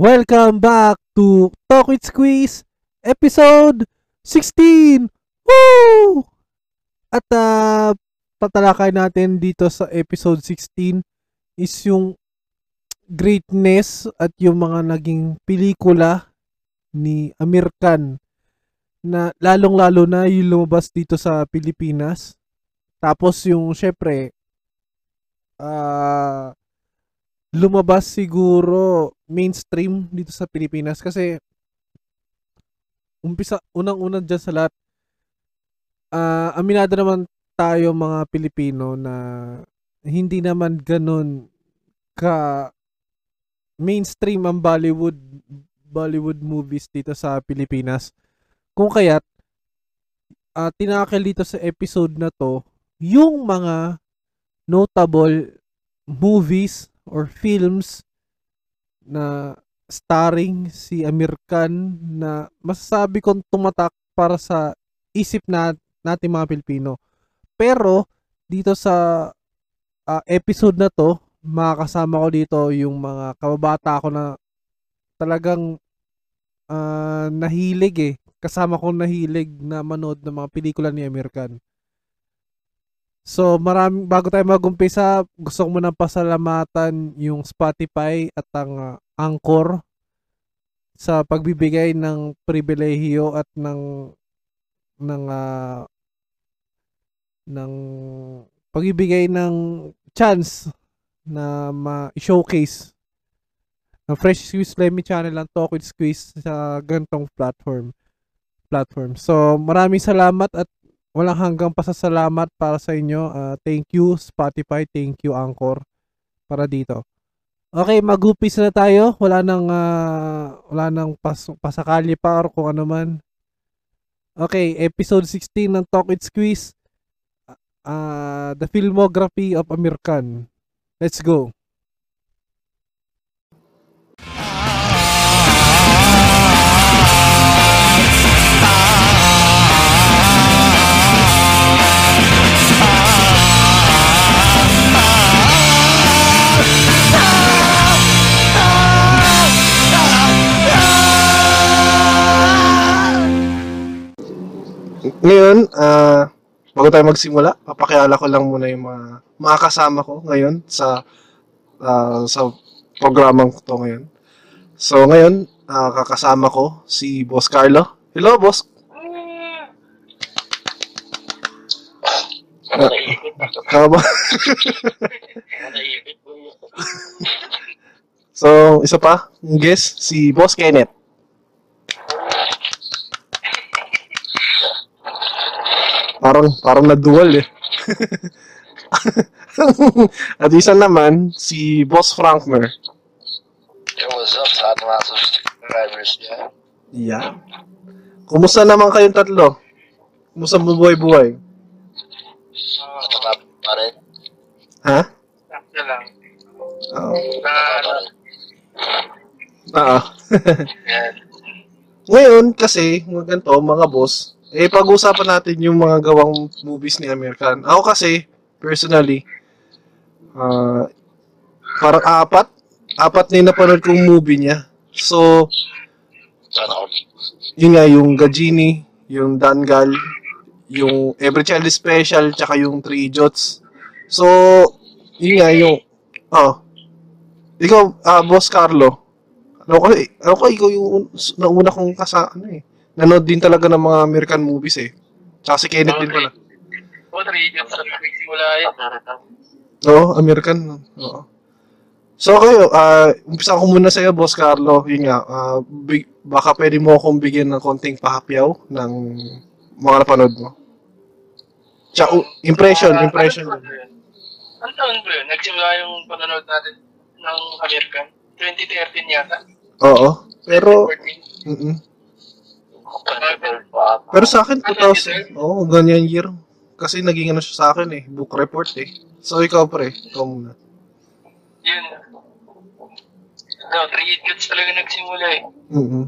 Welcome back to Talk with Squeeze, episode 16! Woo! At ah, tatalakay natin dito sa episode 16 is yung greatness at yung mga naging pelikula ni Amir Khan na lalong-lalo na yung lumabas dito sa Pilipinas. Tapos yung syempre ah lumabas siguro mainstream dito sa Pilipinas kasi umpisa unang-una diyan sa lahat ah aminado naman tayo mga Pilipino na hindi naman ganun ka mainstream ang Bollywood Bollywood movies dito sa Pilipinas. Kung kaya't ah tinakil dito sa episode na to yung mga notable movies or films na starring si Amir Khan na masasabi kong tumatak para sa isip na natin mga Pilipino. Pero dito sa ah, episode na to, makakasama ko dito yung mga kababata ko na talagang ah, nahilig eh. Kasama ko nahilig na manood ng mga pelikula ni Amir Khan. So, marami, bago tayo mag-umpisa, gusto ko munang pasalamatan yung Spotify at ang ah, Anchor sa pagbibigay ng pribilehiyo at ng ng ah, ng pagbibigay ng chance na ma-showcase ng Fresh Squeeze Lemmy Channel ang Talk with Squeeze sa ganitong platform platform. So, maraming salamat at walang hanggang pasasalamat para sa inyo. Ah, thank you Spotify, thank you Anchor para dito. Okay, mag-upis na tayo. Wala nang ah, wala nang pas- pasakali pa or kung ano man. Okay, episode 16 ng Talk It Squeeze. Ah, the filmography of Amir Khan. Let's go. Ngayon, ah, bago tayo magsimula, papakiala ko lang muna yung mga, mga kasama ko ngayon sa ah, sa programang to ngayon. So ngayon, ah, kakasama ko si Boss Carlo. Hello, Boss. Nanaipit na. Ah, Tama ba? Nanaipit po yun. so, isa pa, yung guest, si Boss Kenneth. Parang, parang na-dual eh. At isa naman, si Boss Frankmer. Yo, what's up sa ating mga subscribers niya? Yeah. Kumusta naman kayong tatlo? Kumusta bubuhay-buhay? Masama pa rin. Ha? Sakto lang. Oo. Na, Ah, Masama pa rin. Oo. Yan. Ngayon kasi, mga ganito, mga boss, eh pag-usapan natin yung mga gawang movies ni American. Ako kasi, personally, ah parang apat, apat na yung napanood kong movie niya. So, Sana all. yun nga, yung Gajini, yung Dangal, yung Every Child is Special, tsaka yung Three Idiots. So, yun nga, yung, oh, ikaw, ah, Boss Carlo, ano ko, eh, ano ko, ikaw yung un- s- nauna kong kasa, ano eh, nanood din talaga ng mga American movies eh. Tsaka si Kenneth din pala. what region sa nagsimula yun? Oo, American. Oo. So kayo, ah umpisa ko muna sa'yo, Boss Carlo. Yun nga, ah, big- baka pwede mo akong bigyan ng konting pahapyaw ng mga napanood mo. Tsaka, u- impression, Ah, impression. ano ba yun? Ano taon ba yun? Nagsimula yung panonood natin ng American. 2013 yata. Oo. Pero, 2014. mm Twenty-four pa. pero sa akin, 2000. Oo, ganyan year. Kasi naging ano siya sa akin eh, book report eh. So ikaw pre, ikaw muna. Yun. No, 3 idiots talaga nagsimula eh. Mm-mm.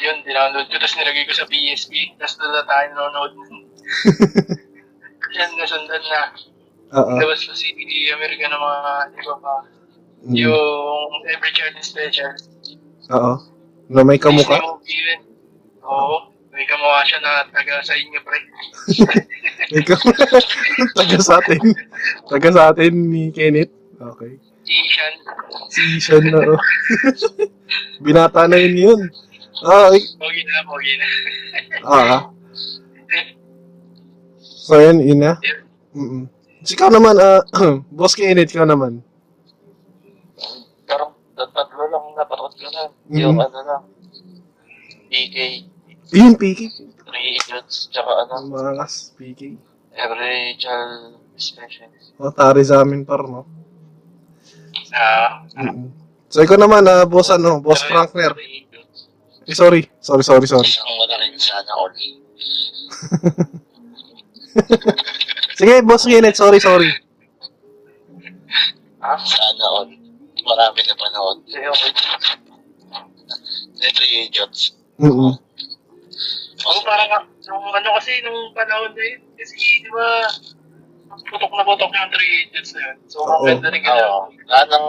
Yun, dinownload ko. Tapos nilagay ko sa PSP. Tapos doon na tayo nanonood. Yan, nasundan na. Oo. Ah, Labas pa si American ng mga iba pa. mm. Yung Every Child is Special. Oo. Ah, Na may Disney kamukha. movie yun. Oo. May kamukha siya na taga sa inyo, pre. May kamukha. Taga sa atin. Taga sa atin ni Kenneth. Okay. Asian. Si Sean na. oh. Binata na yun yun. Ah, ay- Pogi na, pogi na. ah. So, yun, yun na. Mm-mm. So, ikaw naman, ah, boss Kenneth, ikaw naman. Karong tatlo lang napanood ko na. Mhm. Yung ano lang. PK, Yun, PK. Three Idiots, tsaka ano, Mga kas, PK. Every Child is Special. O, tari sa amin par, no? Ah, Mm-mm. So, ikaw naman, ah, boss, ano, boss Frankner. Three Idiots. Eh, sorry. Sorry, sorry, sorry. Isang wala rin sana all. Sige, boss Kenneth, sorry, sorry. Ah? Sana all. Marami na panood. Kaya ako. Three Idiots. Mm-mm. Oo, parang nung ano kasi nung panahon na yun, kasi di ba, putok na putok yung 3 Idiots na yun. So, ang Oo. ganda rin gano'n. Oo. Lahat ng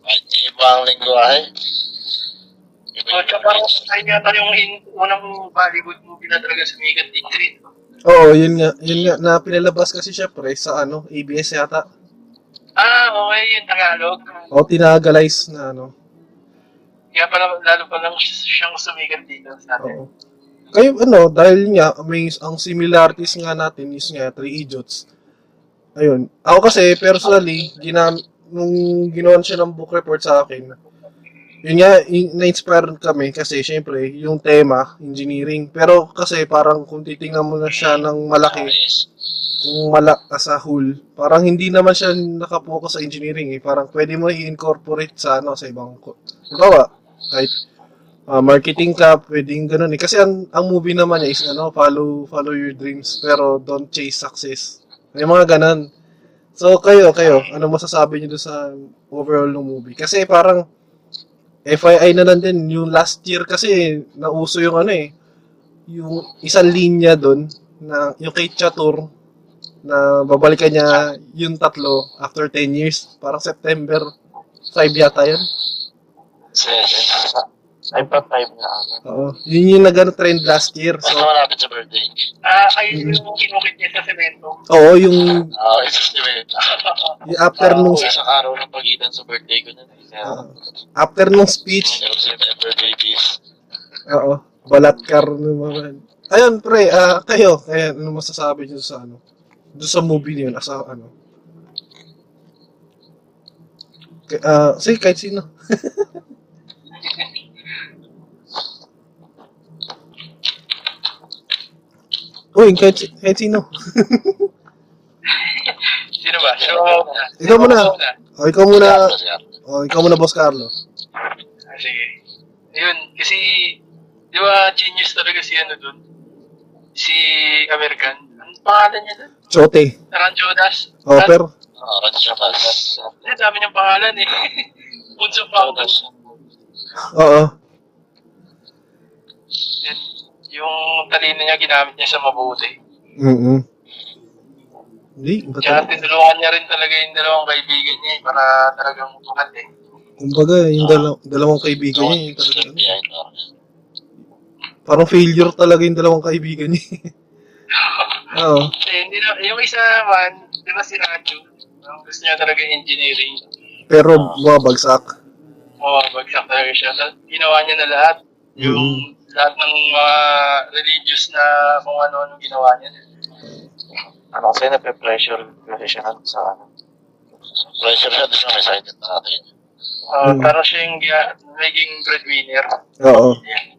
kahit may ibang lingwahe. Iba So, tsaka parang ayun yata yung in, unang Bollywood movie na talaga sumikat din rin. Oo, yun nga. Yun nga, na pinalabas kasi siya, pre, sa ano, ABS yata. Ah, okay, yung Tagalog. O, tinagalize na, ano. Kaya pala, lalo pa lang siyang sumikat dito sa atin. Oo. Kayo, ano, dahil nga, may, ang similarities nga natin is nga, Three Idiots. Ayun. Ako kasi, personally, ginam, nung ginawan siya ng book report sa akin, yun nga, in- na-inspire kami kasi, syempre, yung tema, engineering. Pero kasi, parang kung titingnan mo na siya ng malaki, kung mala as a whole, parang hindi naman siya nakapokus sa engineering eh. Parang pwede mo i-incorporate sa ano sa ibang ko. Halimbawa, kahit ah, marketing ka, pwedeng ganun eh. Kasi ang, ang movie naman niya is ano, follow follow your dreams pero don't chase success. May mga ganun. So kayo, kayo, ano masasabi niyo doon sa overall ng movie? Kasi parang FYI na lang din yung last year kasi nauso yung ano eh yung isang linya doon na yung kay Chatur na babalikan niya yung tatlo after 10 years. Parang September 5 yata yun. Seven. Ay, pa five na ako. Oo. Yun yung nag trend last year. Basta So, malapit sa birthday. Ah, ayun yung kinukit niya sa semento. oo, yung, Oo, isa sa event. yung after nung, Isang araw ng pagitan sa birthday ko na. Kaya, Ah. after nung speech, Ever since ever babies. oo, balat car naman. Ayun, pre, ah, kayo, kaya ano masasabi niyo sa ano? Doon sa movie niyo, as a, ano? K- ah, sige, kahit sino. Uy, kahit, si- kahit sino. Sino ba? So, Ikaw muna. O, Oh, ikaw muna. Tapos, yeah. O, ikaw muna, Boss Carlo. Ah, sige. Yun, kasi, di ba, genius talaga si ano dun? Si American. Ang pangalan niya dun? Chote. Taran Jodas. O, Oh, pero, Orange ah, siya pa. Ang dami niyang pangalan eh. Punso pa ako. oo. Yun, yung talino niya ginamit niya sa mabuti. Mm-mm. Hindi, ba't Kaya tinulungan niya rin talaga yung dalawang kaibigan niya eh, para talagang tumat eh. Kumbaga, yung dalaw- Ah. dalawang kaibigan niya, yung talaga, ano, parang failure talaga yung dalawang kaibigan niya. eh. Oo. Eh, hindi na, yung isa man, di ba si Andrew, ang gusto niya talaga yung engineering. Pero, bumabagsak. Oo, bagsak talaga siya. So, ginawa niya na lahat. Yung lahat ng mga religious na kung ano-ano ginawa niya. Ano kasi nape-pressure kasi siya ng sa ano. Pressure siya din may side na natin. Uh, Mm. Parang siya yung gia- naging breadwinner. Oo. Yeah.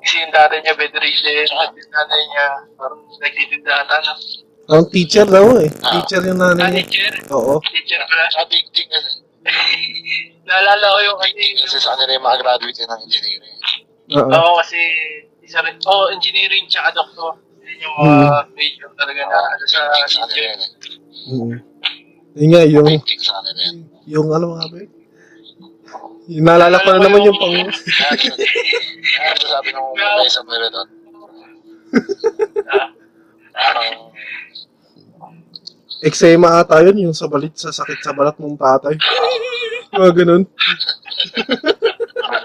Kasi yung tatay niya bedridden, at yung nanay niya parang nagtitindahan. Ano? Ang teacher daw eh. Teacher yung Ah, nanay niya. teacher, Oo. teacher pala. Addicting kasi. Naalala ko yung kasi yung Kasi sa kanila yung mga graduate yun ng engineering. Oo. Oo, kasi isa rin. Oo, oh, engineering tsaka doktor. Yun yung mga major talaga na ano, sa sa kanila engineering. yun eh. Mm. Yun nga, yung, Addicting sa kanila yun. yung, ano mga ba yun? Yung Naalala ko na naman yung pang... Kaya ano sabi ng mga guys sa meron doon? Ah, Parang Eczema ata yun, yung sa balit, sa sakit sa balat mong tatay. Mga ganun.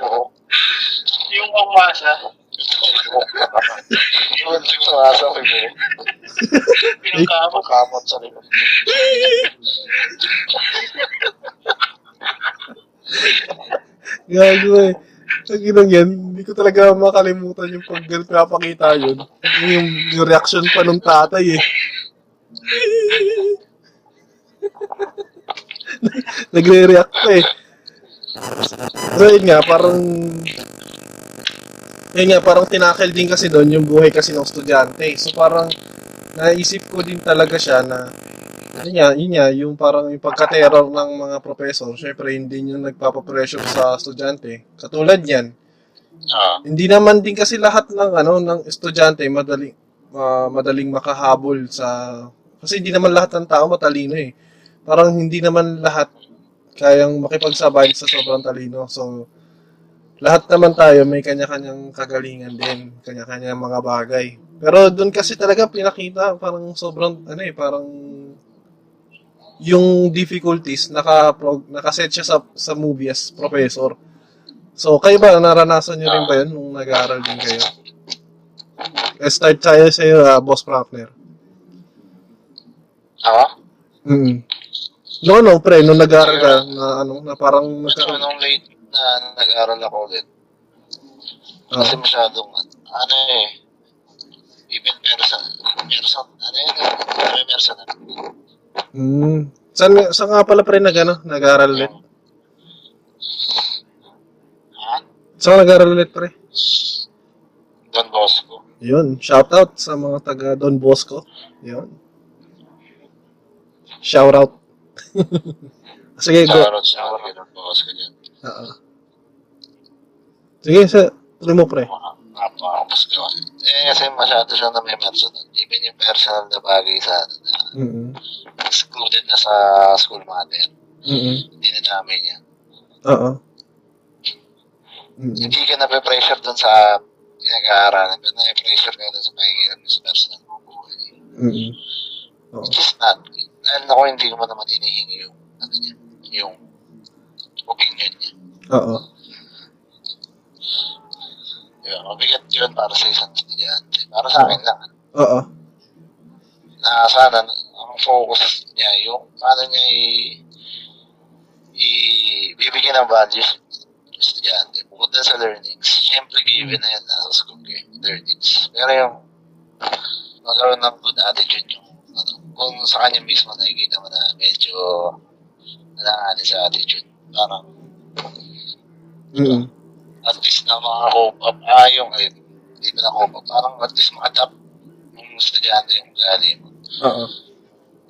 Oo. Yung pangmasa, Yun, sumasok ko yun. pinangkamot. Kamot sa nila. Gago eh. Sa ginang yan, hindi ko talaga makalimutan yung pag pinapakita yun. Yung, yung reaction pa nung tatay eh. Nagre-react pa eh. So yun nga, parang... Yun nga, parang tinakil din kasi doon yung buhay kasi ng estudyante. So parang naisip ko din talaga siya na yun nga, yun nga, yung parang yung pagka-terror ng mga professor, syempre hindi yun nagpapapressure sa estudyante. Katulad yan, Ah, hindi naman din kasi lahat ng ano ng estudyante madaling ah, madaling makahabol sa kasi hindi naman lahat ng tao matalino eh. Parang hindi naman lahat kayang makipagsabay sa sobrang talino. So lahat naman tayo may kanya-kanyang kagalingan din, kanya-kanyang mga bagay. Pero doon kasi talaga pinakita parang sobrang ano eh, parang yung difficulties naka nakaset siya sa sa movie as professor. So, kayo ba, naranasan nyo rin ba yun nung nag-aaral din kayo? Let's start tayo sa iyo, ah, Boss Frankner. ako? Mm. No, no, pre, nung nag-aaral ka, na, ano, na parang ah, Gusto ko nagkaroon. nung late na nag-aral ako ulit. Kasi Ah, masyadong, ano eh, even person, person, ano yun, eh, person. mm. Saan, nga- saan nga pala pre nag, ano, nag-aaral ulit? Ha? Saan ka nag-aaral ulit, pre? Don Bosco. Yun, shoutout sa mga taga Don Bosco. Yun. Shoutout. Sige, go. Shoutout sa akin kay Don Bosco dyan. Oo. Sige, sa, tuloy mo, pre. Napakamas ko. Eh, kasi masyado siyang na may personal. Even yung personal na bagay sa atin na Mm-mm. excluded na sa school natin. Mm-mm. Hindi na namin yan. Oo. Mm. Hindi ka nape-pressure dun sa pinag-aaralan. Pero na-pressure ka dun sa pahingirap mo sa personal mong buhay. Mm. Oo. Which is not. Dahil ako, hindi mo naman hinihingi yung, ano niya, yung opinion niya. Oo. Yun, mabigat yun para sa isang estudyante. Para sa akin lang. Oo. na sana ang focus niya yung paano niya i, i bibigyan ng values yung estudyante bukod na sa learnings syempre given na yan nasa school eh, learnings pero yung magkaroon ng good attitude yung ano, kung sa kanya mismo nakikita mo na medyo nananganin sa attitude parang Mm. at least na maka-cope up ah yung ayun hindi mo na cope up parang at least maka-adapt yung estudyante yung galing mo Oo.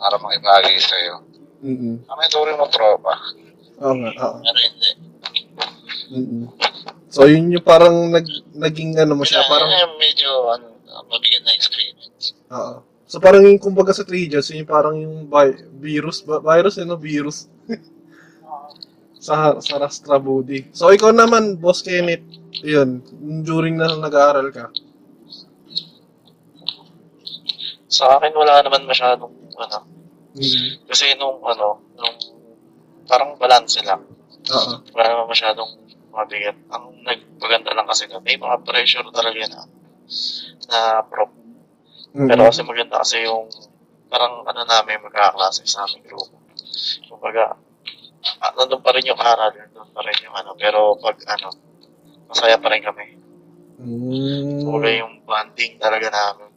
para makibagay sa'yo Mm. Kami turing mo tropa. Oo nga. Oo. Pero hindi. Mm. So yun yung parang nag naging ano mo siya, Kaya- parang kaya medyo ano, mabigyan na experience. oo. So parang yung kumbaga sa 3 Jobs, yun yung parang yung vi- virus, ba- virus ano, virus. sa sa Rastra Budi. So ikaw naman, Boss Kenneth, yun, during na nag-aaral ka. Sa akin wala naman masyadong ano. Mm. Kasi nung ano, nung parang balance lang. Oo. Wala naman masyadong mabigat. Ang nagpaganda lang kasi na may mga pressure talaga na na prop. Mm. Pero kasi maganda kasi yung parang ano namin magkaklase sa aming grupo. Kumbaga, ah, nandun pa rin yung aral, nandun pa rin yung ano. Pero pag ano, masaya pa rin kami. Mm. Kulay yung bonding talaga namin.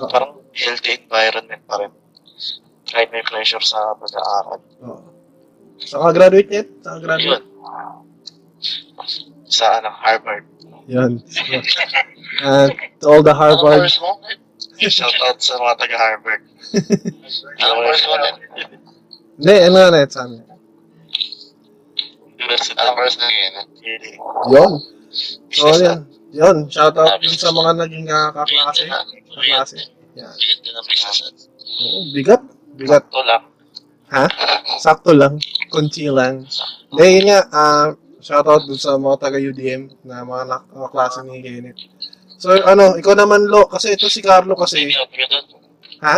Oo. Parang healthy environment pa rin. Kahit may pressure sa pag-aaral. Oo. Saan ka graduate net? Saan ka graduate? Yun. Sa ano, Harvard. Yun. At all the Anong Harvard. course mo? Shoutout sa mga taga-Harvard. Anong course mo ulit? Hindi, ano nga net sa amin. University. Anong course na yun? eh. Yun. So, yun. Yun, shoutout dun sa mga naging uh, kaklase. Kaklase. Yan. Bigat din ang business at Oo, bigat. Bigat. ito lang. Ha? Sakto lang. Kunti lang. Hindi, yun nga. ah, shoutout dun sa mga taga-UDM na mga nak- kaklase ni Kenneth. So, ano, ikaw naman, Lo. Kasi ito si Carlo kasi. Bigat doon. Ha?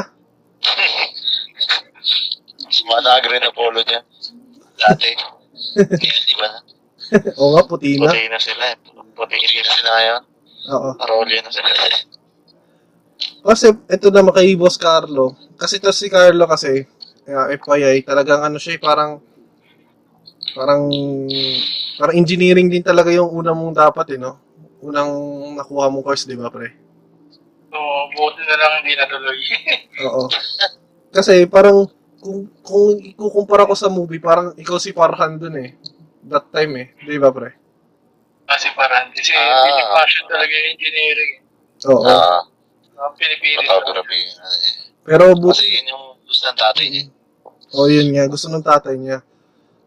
Managre na polo niya. Dati. Ngayon, di ba na? Oo nga, puti na. Puti na sila. eh. Puti na sila ngayon. Oo. Parolyo na sila. Kasi ito naman kay Boss Carlo. Kasi to si Carlo kasi, uh, FYI, talagang ano siya, eh, parang parang parang engineering din talaga yung una mong dapat eh, no? Unang nakuha mong course, di ba, pre? Oo, buti na lang hindi natuloy. Oo. Kasi parang kung kung ikukumpara ko sa movie, parang ikaw si Farhan dun eh. That time eh, di ba, pre? Kasi parang, kasi Ah. pinipassion talaga yung engineering. Oo. Ah, Ang Pilipinas. photography. ano eh. Pero bu- Kasi yun yung gusto ng tatay niya. O yun nga, gusto ng tatay niya.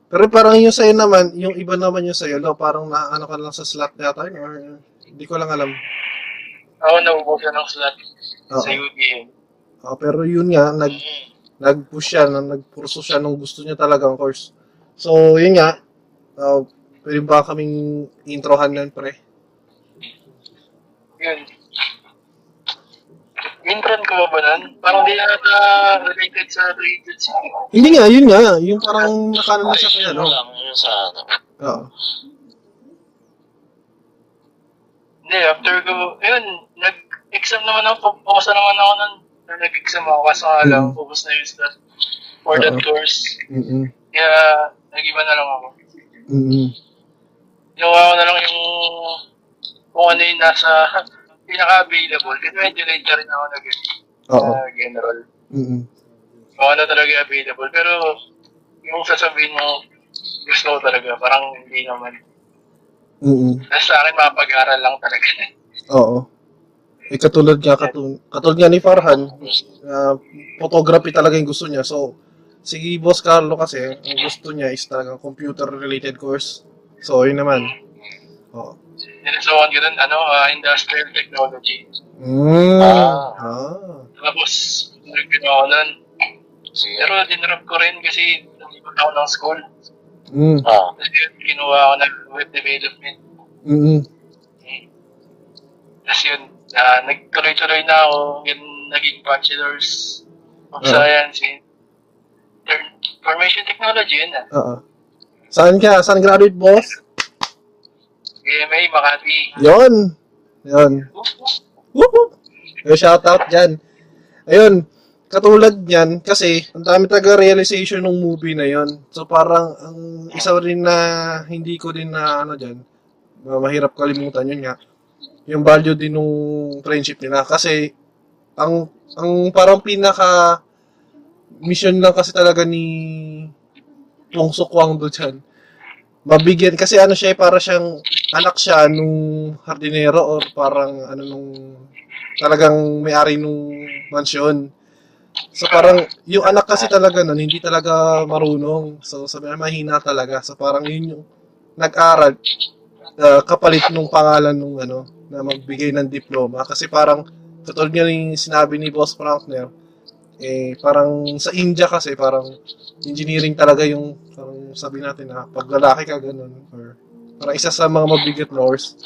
Pero parang yung sa'yo naman, yung iba naman yung sa'yo, no, parang naano ka lang sa slot yata, yun, or hindi ko lang alam. Oo, naubos na ng slot Oo. sa UDM. Oo, pero yun nga, nag, Mm. nag-push siya, na, nagpurso siya nung gusto niya talagang course. So, yun nga, uh, pwede ba kaming introhan nun, pre? Yun. Intron ko ba ba nun? Parang di nata related sa related siya. Hindi nga, yun nga, yung parang nakano na siya Ay, kaya, yun no? lang yun sa ano. Oo. Hindi, after ko, yun, nag-exam naman ako, pupasa naman ako nun. Nung Nag-exam ako, kaso nga lang, Mm. pupus na yung slot for that Oo. course. Mm-mm. Kaya, nag-iba na lang ako. Mm-mm. Ginawa ko na lang yung kung ano yung nasa pinaka-available. Kasi medyo late na rin ako nag Oo. na general. Mm-mm. Kung ano talaga available. Pero yung sasabihin mo, gusto ko talaga. Parang hindi naman. Mm-mm. Tapos sa akin, mapag-aral lang talaga. Oo. Eh, katulad nga, katul- katulad nga ni Farhan, ah, photography talaga yung gusto niya. So, si Boss Carlo kasi, ang gusto niya is talagang computer-related course. So, yun naman. Oo. Nilasawan ko dun, ano, ah, industrial technology. Mm. Ah. Ah. Tapos, nagpinaw ko nun. Si, Pero dinrop ko rin kasi nalipat ako ng school. Mm. ah, Tapos yun, ginawa ko ng web development. Mm-mm. Tapos yun, ah, nagtuloy-tuloy na ako. Yung naging bachelor's of Ah. science in Inter- information technology, yun na. Oo. Saan ka? Saan graduate, boss? GMA, Makati. Yon. Yon. Whoop, whoop. Yung shoutout dyan. Ayun, katulad niyan, kasi ang dami talaga realization ng movie na yon. So parang ang isa rin na hindi ko din na ano dyan, na mahirap kalimutan yun nga, yung value din nung friendship nila. Kasi ang ang parang pinaka mission lang kasi talaga ni Pongso Kwang do dyan. Mabigyan, kasi ano siya, eh, para siyang anak siya nung hardinero or parang ano nung talagang may-ari nung mansyon. So parang yung anak kasi talaga nun, hindi talaga marunong. So sabi na mahina talaga. So parang yun yung nag-aral uh, kapalit nung pangalan nung ano na magbigay ng diploma kasi parang katulad nga yung sinabi ni Boss Frankner eh parang sa India kasi parang engineering talaga yung parang sabi natin na pag lalaki ka ganun or parang isa sa mga mabigat laws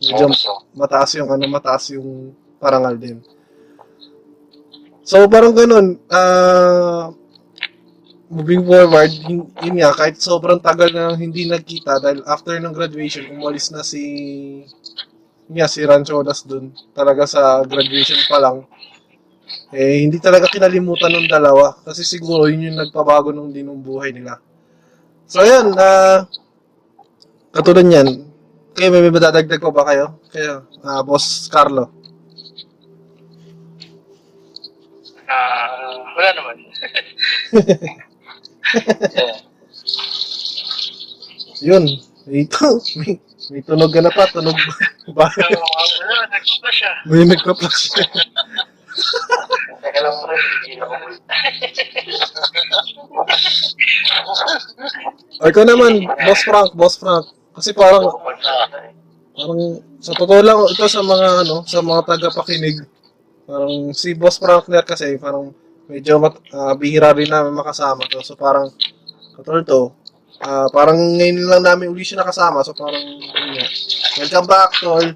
medyo so, mataas yung ano, mataas yung parangal din. So parang ganun, ah moving forward, yun, yun nga, kahit sobrang tagal na hindi nagkita dahil after ng graduation, umalis na si yun nga, si Rancholas dun. Talaga sa graduation pa lang. Eh, hindi talaga kinalimutan ng dalawa. Kasi siguro yun yung nagpabago nung din ng buhay nila. So, yun. ah katulad niyan, kayo, may may madadagdag pa ba kayo? Kayo, ah, Boss Carlo. Ah, wala naman. yeah. Yun. Ito, may, may tunog ka na pa, tunog ba? So, wala, nagpunta siya. may nagpa-flash. Teka lang pre, hindi na ako. o ikaw naman, Boss Frank, Boss Frank. Kasi parang, Ah, parang, sa totoo lang, oh, ito sa mga, ano, sa mga tagapakinig, parang si Boss Frankner kasi, parang, medyo mat, ah, bihira rin namin makasama to. So parang, katulad to, ah, parang ngayon lang namin uli siya nakasama. So parang, yun nga. Welcome back, tol.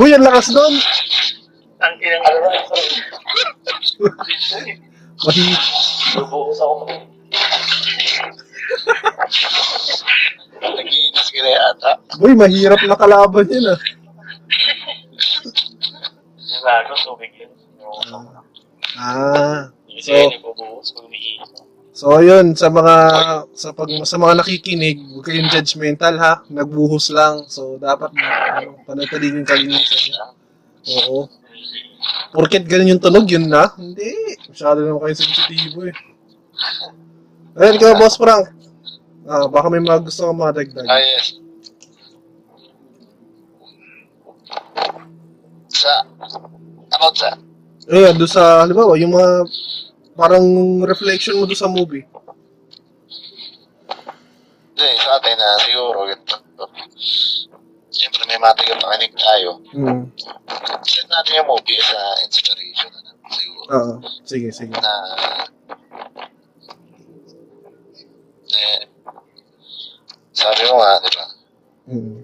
Boy, ang lakas nun! Ilang Alright, so, Mahi, bubuhos ako. Naglinis ka na yata. boy, mahirap na kalaban yun ah. Nilago, Diba, tubig yun. Bubuhos ako. Ah, Hindi So- so, yun ibubuhos pag umiinom. so yun, sa mga, sa, pag, sa mga nakikinig, huwag kayong judgmental ha. Nagbuhos lang. So, dapat ano, panatalihin yung kalinisan. Oo. Porket ganun yung tunog, yun na. Hindi. Masyado naman kayo sensitibo eh. Ayan ka, Boss Frank. Ah, baka may mga gusto kang madagdag. Ah, yes. Sa, about sa, Ayan, doon sa, halimbawa, yung mga parang reflection mo doon sa movie. hindi, sa Nah, atin na siguro, ganito. Siyempre, may matigang pakinig tayo. Hmm. Send natin yung movie sa inspiration na natin, siguro. Oo. Ah, Sige, sige. na eh, sabi mo nga, di ba? Hmm.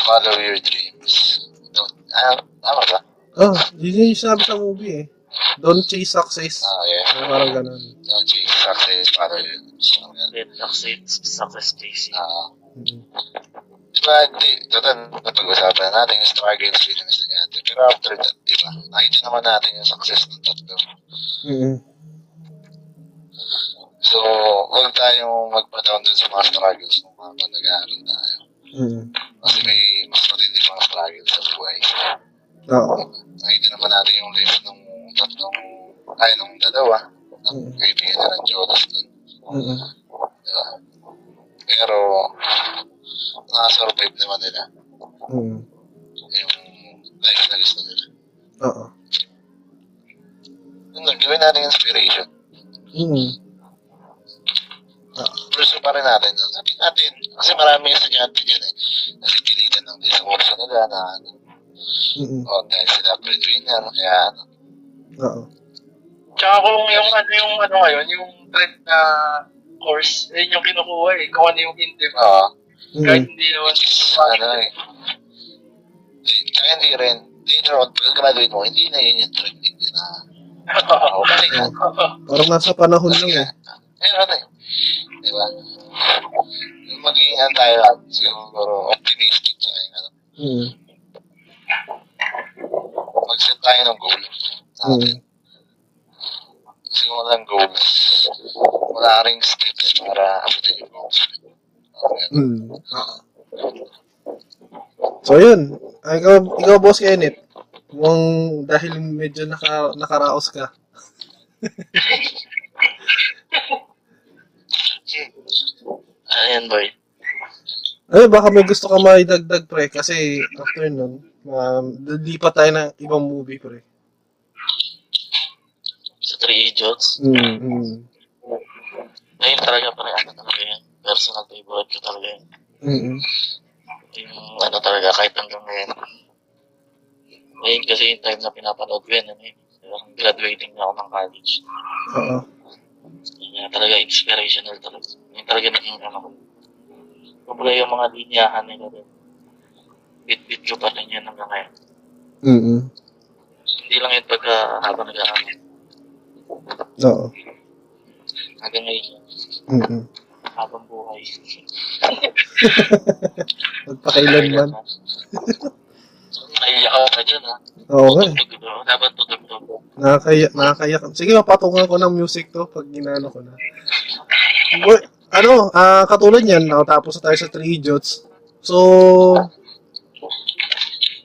Follow your dreams. Don't, ah, tama ba? Ah, yun yung sabi sa movie eh. Don't chase success. Ah, yeah. Ah, parang ganun. Don't chase success, follow your dreams. Parang ganun. Then, success, success chasing. Ah, Hmm. di ba, hindi, total, napag-usapan natin yung struggles with yung estudyante. Pero after that, di ba, nakita naman natin yung success ng tatlo. Hmm. So, huwag tayong magpa-down dun sa mga struggles ng mga panag-aaral tayo. Hmm. Kasi may mas matindi mga struggles sa buhay. Oo. nakita naman natin yung life nung tatlong, ay, nung dalawa, ng Mm. kaibigan na ng Jonas dun. Mm-mm. Diba? Pero, nakasurvive naman nila Hmm. yung life na gusto nila. Oo. Yun lang, gawin natin inspiration. Hmm. Pursue pa rin natin. Sabi natin, kasi marami yung estudyante dyan eh. Nasipilitan ng nila kurso nila na, ano, Mm-mm. oh, dahil sila breadwinner, kaya, ano, Oo. Tsaka kung yung ano yung ano ngayon, yung trend na course, eh yung kinukuha eh, kung ano yung in-depth. oo, Mm-mm. Kahit hindi naman which is, ano eh. Kaya hindi rin, later on, pag graduate mo, hindi na yun yung trend, hindi na, Oo. Oo, kasi nga. Parang nasa panahon Kasi lang nga. eh. Meron na eh. Di ba? Yung magiging tayo siguro optimistic sa akin. Ano? Mm. Mag-set tayo ng goal. Mm. Natin. Kasi kung walang goals, wala ring steps para abutin yung goals. Okay. Mm. Oo. So yun. Ay, Ikaw, ikaw boss Kenneth. Mukhang dahil medyo naka, nakaraos ka. Ayan, boy. Ay, Ano, baka may gusto ka maidagdag pre kasi after nun, um, di pa tayo ng ibang movie pre. Sa Three Idiots, Mm, mm, ngayon talaga pare, ano talaga yan. Personal favorite ko talaga yan. mm, mm, Yung ano talaga, kahit hanggang ngayon. Ngayon kasi yung time na pinapanood ko yan, ano yun. Yung graduating na ako ng college. oo. Yun nga talaga, inspirational talaga. Yun talaga naging ano ko. Kumbaga yung mga linyahan nila rin. Bit-bit ko pa rin yan hanggang ngayon. Mm, mm, Hindi lang yun pagka habang nag-aaral. oo. Hanggang ngayon, yun. Mm, mm. habang buhay. Magpakailanman. Naiyak ako pa dyan ha. Oo nga eh. Tutugtog ko. Dapat tutugtog oh. ko. Nakakaya, nakakaya. Sige, mapatungan ko ng music to pag ginano ko na. Well, ano, ah katulad yan, nakatapos na tayo sa 3 Idiots. So,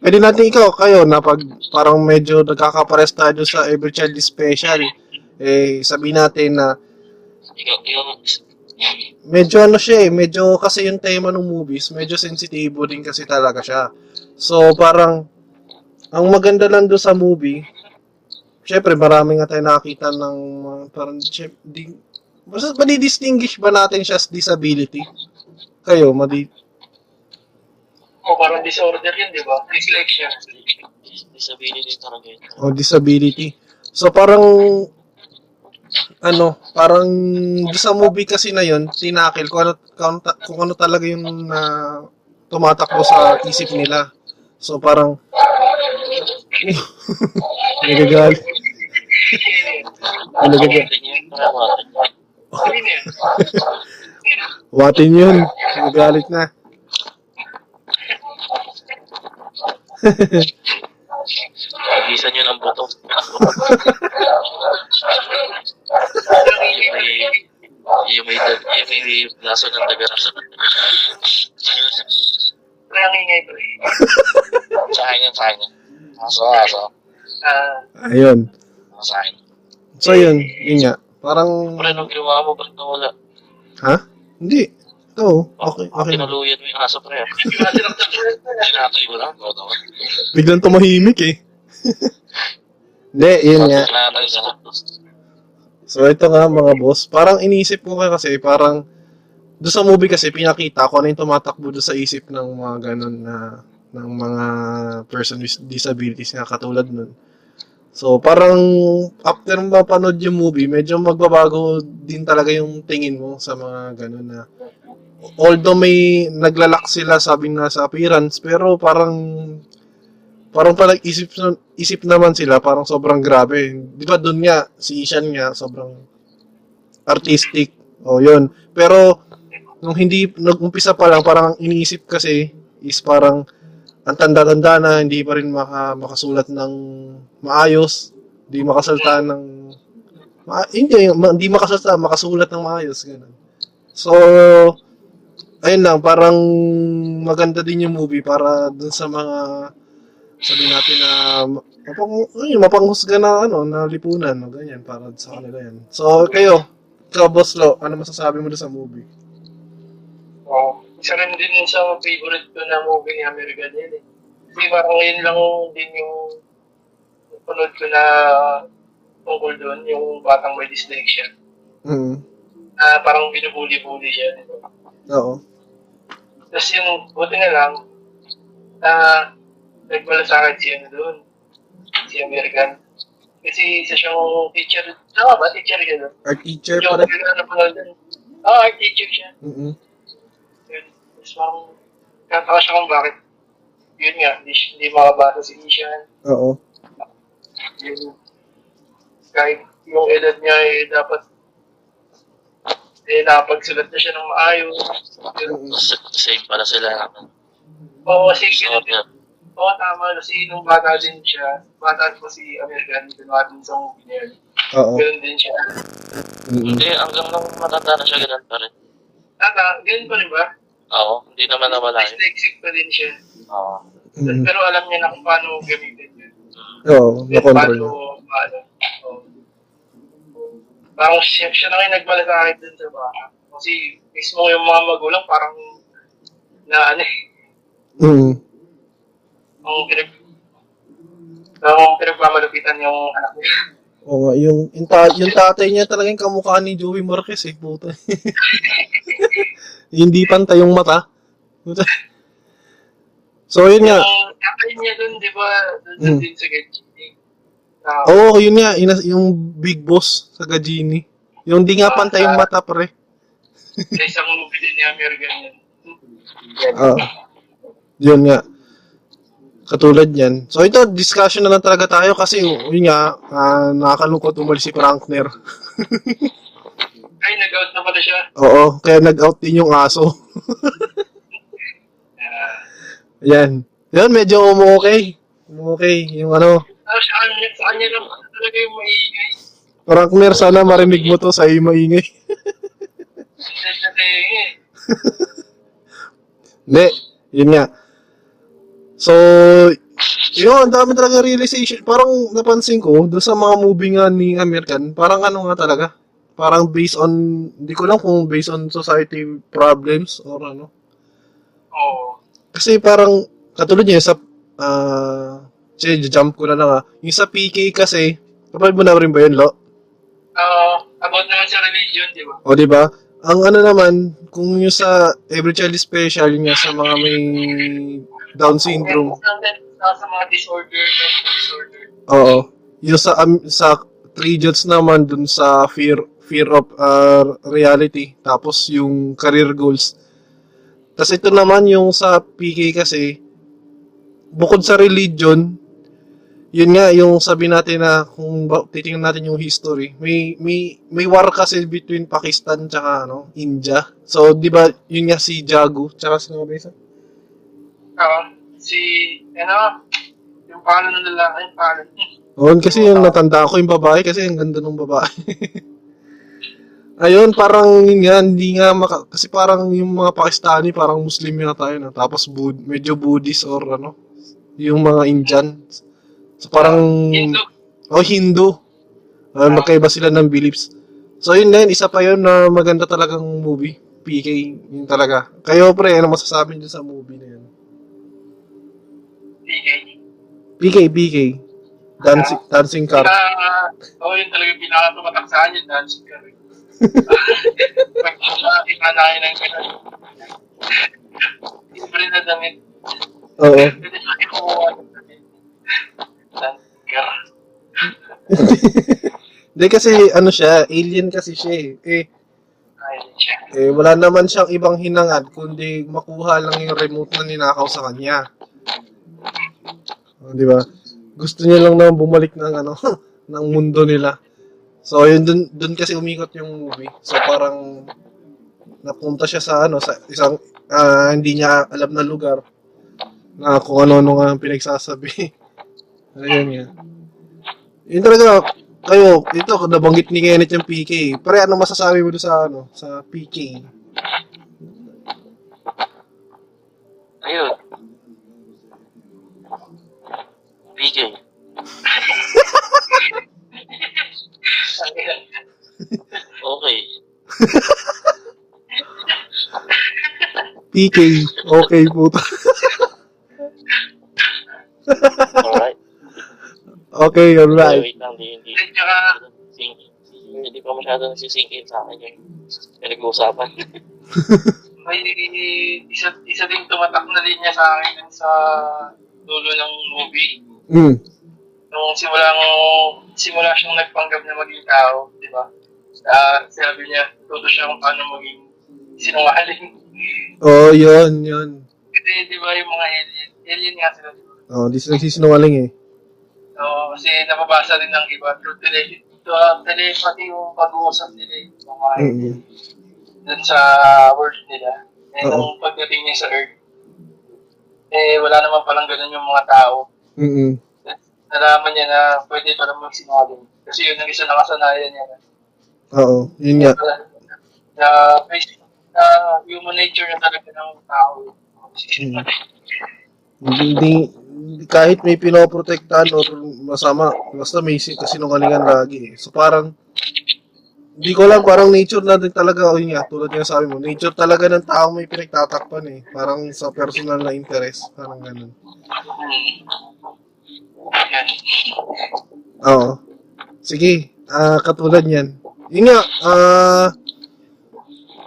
pwede natin ikaw, kayo, na pag parang medyo nagkakapares tayo sa Every Child is Special, eh, sabihin natin na Ikaw, ikaw, medyo ano siya eh, medyo kasi yung tema ng movies, medyo sensitibo din kasi talaga siya. So parang, ang maganda lang doon sa movie, syempre marami nga tayo nakakita ng mga, parang, syempre, di, basta madidistinguish ba natin siya as disability? Kayo, madi, O Oh, parang disorder yun, di ba? Dyslexia. disability talaga yun. o disability. So parang ano, parang doon sa movie kasi na yon tinakil kung ano, kung, ano ta- kung ano talaga yung na tumatakbo sa isip nila. So parang Nagagalit. Ano Ang ganyan? ganda niya, nakakawatin niya. Sabihin niya. Watin yun. Nagalit na. Pagisan niyo ng buto. yung may, yung may, dag- yung may laso ng dagarap sa Nangingay ko eh. Sa akin yun, sa akin yun. Aso, aso. Ah, Ayun. Sa akin. So, yun. Yun nga. Parang, Pre, nung ginawa mo, ba't nawala? ha? Hindi. Oo. Okay, okay. Tinuluyan mo yung aso, pre. Tinatoy ko lang. Totoo. Biglang tumahimik eh. Hindi, yun nga. Tinatoy ko lang. So ito nga mga boss, parang iniisip ko nga kasi parang doon sa movie kasi pinakita ko ano yung tumatakbo doon sa isip ng mga ganun na ng mga person with disabilities nga katulad nun. So parang after mapanood yung movie, medyo magbabago din talaga yung tingin mo sa mga ganun na although may naglalak sila sabi na sa appearance pero parang parang pala isip na- isip naman sila parang sobrang grabe. Di ba doon nga si Ishan nga sobrang artistic. O yun. Pero nung hindi nag-umpisa pa lang parang ang iniisip kasi is parang ang tanda-tanda na hindi pa rin maka, makasulat ng maayos, hindi makasalta ng ma, hindi, ma- hindi makasalta, makasulat ng maayos ganun. So ayun lang, parang maganda din yung movie para dun sa mga sabi natin na um, mapang, ayun, mapanghusga na ano, na lipunan, no, ganyan, para sa kanila yan. So, kayo, ka boss Lo, ano masasabi mo dun sa movie? Oo. oh. Isa rin din sa favorite ko na movie ni American yun eh. Hindi parang ngayon lang din yung napanood ko na tungkol doon, yung batang may dyslexia. Mm. Na parang binubuli-buli siya. di ba? Oo. Tapos yung buti na lang, na nagwala sa akin si ano doon, si American. Kasi isa siyang teacher, tama ba? Teacher yun. no? Art teacher Yung pala. na napanood doon. Oo, oh, teacher siya. Mm-mm. Yun. Tapos parang kataka siya kung bakit. Yun nga, hindi, siya- hindi makabasa si Ishan. Oo. Yung, kahit yung edad niya eh, dapat eh, napagsulat na siya ng maayos. Pero, Mm-hmm. Same para sila. oo, kasi So, ganun din. Oo, tama. Kasi nung bata din siya, bata ko si American, ginawa din sa movie niya. Oo. Ganun din siya. Mm-mm. hindi, hanggang nung matanda na siya, ganun pa rin. Tata, ganun pa rin ba? Oo, hindi naman nawala yun. Dyslexic pa din siya. Oo. Mm-mm. Pero alam niya na kung paano gamitin yun. Oo, Then, nakontrol na. paano, paano. oo. Parang siya, siya na kayo nagmalasakit dun sa bata. Kasi mismo yung mga magulang parang na ano eh, Mm-mm. ang pinag ang pinagmamalupitan yung anak niya. Oo nga, yung, yung, ta- yung tatay niya talagang kamukha ni Joey Marquez eh, puta. hindi pantay yung mata. Puta. so, yun nga. Yung kapatid niya dun, di ba, dun, Mm. Oh. dun din sa Genshin. Ah, Oo, yun nga, yun, yung Big Boss sa Gajini. Yung di nga pantay yung mata, pre. Sa isang movie din ni Amir ganyan. Oo. yun nga. Katulad yan. So ito, discussion na lang talaga tayo kasi yun nga, ah, nakakalungkot umalis si Frankner. Ay, nag-out na pala siya. Oo, kaya nag-out din yung aso. Ah, yan. Yan, medyo okay. Okay, yung ano, Ah, sa kanya, sa kanya lang pala talaga yung maingay. Frankner, sana marinig mo to sa maingay. Sa eh, sa tingin. Hindi, yun nga. So, yun, ang dami talaga realization. Parang napansin ko, doon sa mga movie nga ni American, parang ano nga talaga, parang based on, hindi ko lang kung based on society problems or ano. Oo. Kasi parang, katulad niya, sa, ah, sige, jump ko na lang ah. Yung sa PK kasi, kapag mo na rin ba yun, Lo? Ah, about naman sa religion, di ba? O, di ba? Ang ano naman, kung yung sa Every Child is Special, yung nga sa mga may Down syndrome, Sa, sa mga disorder, mental disorder. Oo. Yung sa am- sa three jets naman dun sa fear fear of uh, reality tapos yung career goals. Tapos ito naman yung sa PK kasi bukod sa religion, yun nga yung sabi natin na kung ba- titingnan natin yung history, may may may war kasi between Pakistan tsaka ano, India. So, 'di ba, yun nga si Jago tsaka si Nobesa. Ah, si, ano, yung pangalan ng lalaki, yung pangalan. Noon kasi yung natanda ko yung babae kasi ang ganda ng babae. Ayun, parang yun nga, hindi nga maka, kasi parang yung mga Pakistani parang Muslim yata tayo na tapos Bud, medyo Buddhist or ano, yung mga Indian. So parang Hindu. O Hindu. Uh, magkaiba sila ng beliefs. So yun din, isa pa yun na maganda talagang movie. PK, yun talaga. Kayo pre, ano masasabi niyo sa movie na yun? PK. PK, PK. Dancing, dancing car. Pinaka, oh, yun talaga yung pinakatumatak sa kanya, dancing ka rin. Pagkakita na kayo ng kanya. Libre na damit. Oo. Pwede na ikuha ng damit. Dancing ka. Hindi kasi, ano siya, alien kasi siya eh. eh. Ayun siya. eh, wala naman siyang ibang hinangad, kundi makuha lang yung remote na ninakaw sa kanya. Oh, di ba? Gusto niya lang naman bumalik ng ano, ng mundo nila. So, yun dun, dun kasi umikot yung movie. So, parang napunta siya sa ano, sa isang ah, hindi niya alam na lugar na kung ano-ano nga ang pinagsasabi. Ayun nga. Yun talaga, kayo, ito, nabanggit ni Kenneth yung PK. Pre, ano masasabi mo doon sa, ano, sa PK? Ayun. PJ. Ayun. Okay. PK, okay puta. Alright. Okay, alright. Wait lang, hindi, hindi. At saka, Sink. Hindi pa masyado nagsisink in sa akin yung pinag-uusapan. may isa, isa ding tumatak na linya sa akin sa dulo ng movie. Mm. nung simula simula siyang nagpanggap na maging tao, di ba? Ah, sabi niya, tuto siya kung paano maging sinungaling. Oh, yun, yun. Kasi di ba yung mga alien, alien nga sila. di ba? Oh, di sila nagsisinungaling eh. Oo, kasi nababasa rin ng iba through tele, through, ah, telepathy yung pag-uusap nila eh, ng mga alien Mm. dun sa world nila. Eh, nung pagdating niya sa Earth, eh, wala naman palang ganun yung mga tao. Mm. Nalaman niya na pwede pala magsinungaling. Kasi yun ang isa na kasanayan niya. eh. Oo, yun nga. na basic na human nature na talaga ng tao. Mm. Hindi, hindi- kahit may pinoprotektahan o masama, basta may si- kasinungalingan lagi eh. So parang, hindi ko lang, parang nature na din talaga, o yun nga, tulad nga sabi mo, nature talaga ng tao may pinagtatakpan eh. Parang sa personal na interest, parang ganun. Yan. Oo. Sige, ah katulad yan. Yun nga, ah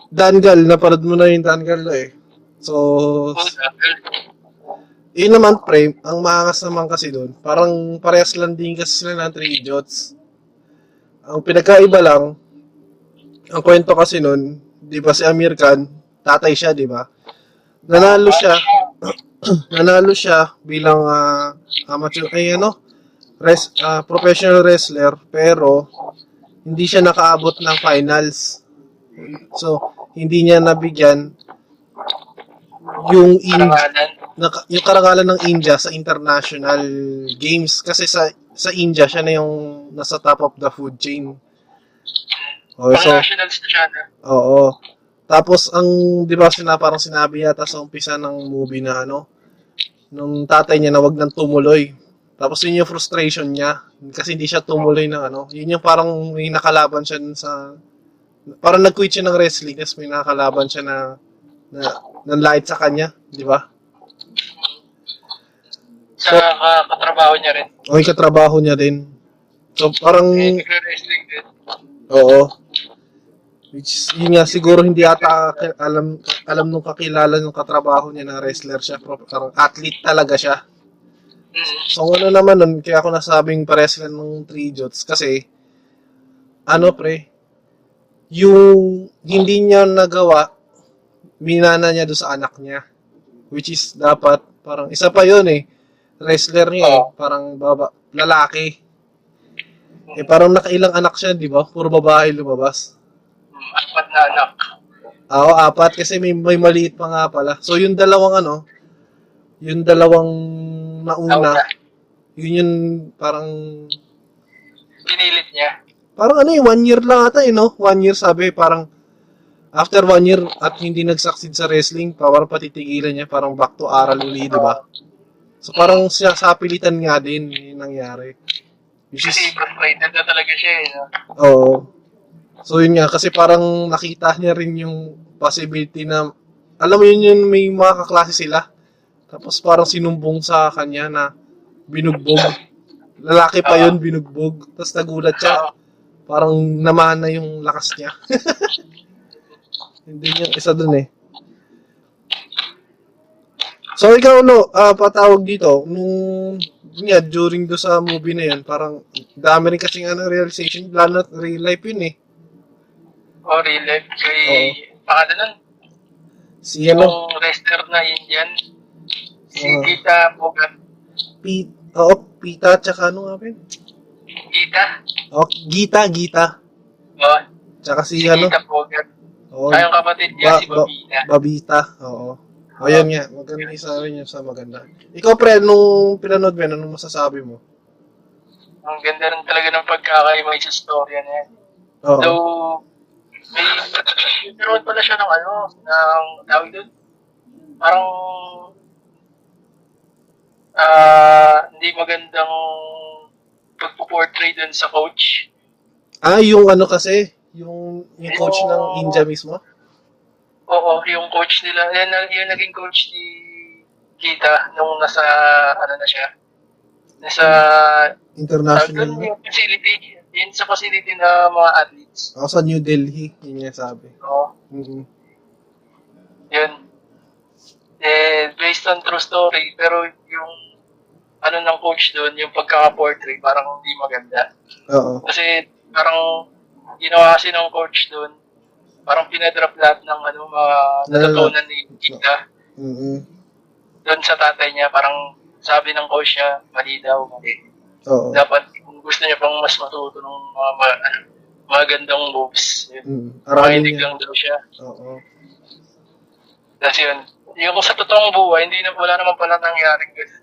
Dangal, naparad mo na yung Dangal na eh. So, So, sabi- yun naman pre, ang maangas naman kasi doon, parang parehas lang din kasi sila ng Three Idiots. Ang pinagkaiba lang, ang kwento kasi noon, di ba si Amir Khan, tatay siya, di ba? Nanalo siya, nanalo siya bilang ah, amateur, ay ano, res, ah, professional wrestler, pero hindi siya nakaabot ng finals. So, hindi niya nabigyan yung in, Karangalan. naka- yung karangalan ng India sa international games kasi sa sa India siya na yung nasa top of the food chain. Oh, Pang so national siya na. oo. Tapos ang 'di ba sina parang sinabi yata sa umpisa ng movie na ano nung tatay niya na wag nang tumuloy. Tapos yun yung frustration niya kasi hindi siya tumuloy ng ano. Yun yung parang may nakalaban siya dun sa parang nag-quit siya ng wrestling kasi may nakalaban siya na na nanlait sa kanya, di ba? Sa ah, katrabaho niya rin. Okay, katrabaho niya din. So, parang, Eh, nagre-wrestling din. oo. Which, is, yun nga, siguro hindi ata ka- alam, alam nung kakilala nung katrabaho niya na wrestler siya. Pro- Parang athlete talaga siya. Mm. So, ano naman nun, kaya ako nasabing pares lang ng three jots kasi, ano pre, yung hindi niya nagawa, minana niya doon sa anak niya. Which is, dapat, parang, isa pa yun eh. wrestler niya eh. Oo. Parang baba, lalaki. Eh parang nakailang anak siya, di ba? Puro babae lumabas. Mm, Apat na anak. Ah, Oo, apat kasi may, may maliit pa nga pala. So yung dalawang ano, yung dalawang nauna, Nauna. yun yung parang Pinilit niya. parang ano eh, one year lang ata eh, no? One year sabi, parang after one year at hindi nag-succeed sa wrestling, parang patitigilan niya, parang back to aral uli, di ba? So parang siya sapilitan nga din yung nangyari. Which Kasi is, frustrated na talaga siya eh. No? oo. So yun nga, kasi parang nakita niya rin yung possibility na, alam mo yun yun, may mga kaklase sila. Tapos parang sinumbong sa kanya na binugbog. Lalaki pa yun, binugbog. Tapos nagulat siya, Oo. parang namana yung lakas niya. Hindi niya isa dun eh. So ikaw no, ah, patawag dito, nung yun nga, during do sa movie na yun, parang dami rin kasing ano, realization, lalo na real life yun eh. Oh, real life. Kay, baka nun, Si ano, yung wrestler na Indian, si Oo. Gita Bogat. Pete, oo, Pita, tsaka ano nga ba yun? Gita? Oh, Gita, Gita. Oh, Tsaka si si ano, Gita Bogat. oo, Ay, yung kapatid niya, Oh. Ba- si Babina. Ba- Babita, oo. O yun nga, maganda isa rin yun sa maganda. Ikaw pre, nung pinanood mo yan, anong masasabi mo? Ang ganda rin talaga ng pagkakaiba sa storya na yan. Oo. Though, may, nagkaroon pala siya ng ano, ng tawag doon. Parang, ah, hindi magandang pagpo-portray doon sa coach. Ah, yung ano kasi, yung, yung coach ng India mismo? Oo, yung coach nila, yan, ang- yung naging coach ni Kita nung nasa, ano na siya, nasa, tawag International doon na? yung facility, yun sa facility na mga athletes. Ako sa New Delhi, yun niya sabi. Oo. Mhm. Yun. Eh, based on true story, pero yung ano ng coach doon, yung pagkaka-portray, parang hindi maganda. Oo. Kasi parang ginawa kasi ng coach doon, parang pinadrop lahat ng ano, mga natutunan ni Gita Mhm. doon sa tatay niya. Parang sabi ng coach niya, mali daw, mali. Oo. Dapat kung gusto niya pang mas matuto ng mga, mga, ano, mga gandang moves. Yun. Mm. Aralin Makinig niya. lang daw siya. Oo. Tapos yun, yung sa totoong buhay, hindi na wala naman pala nangyaring ganun.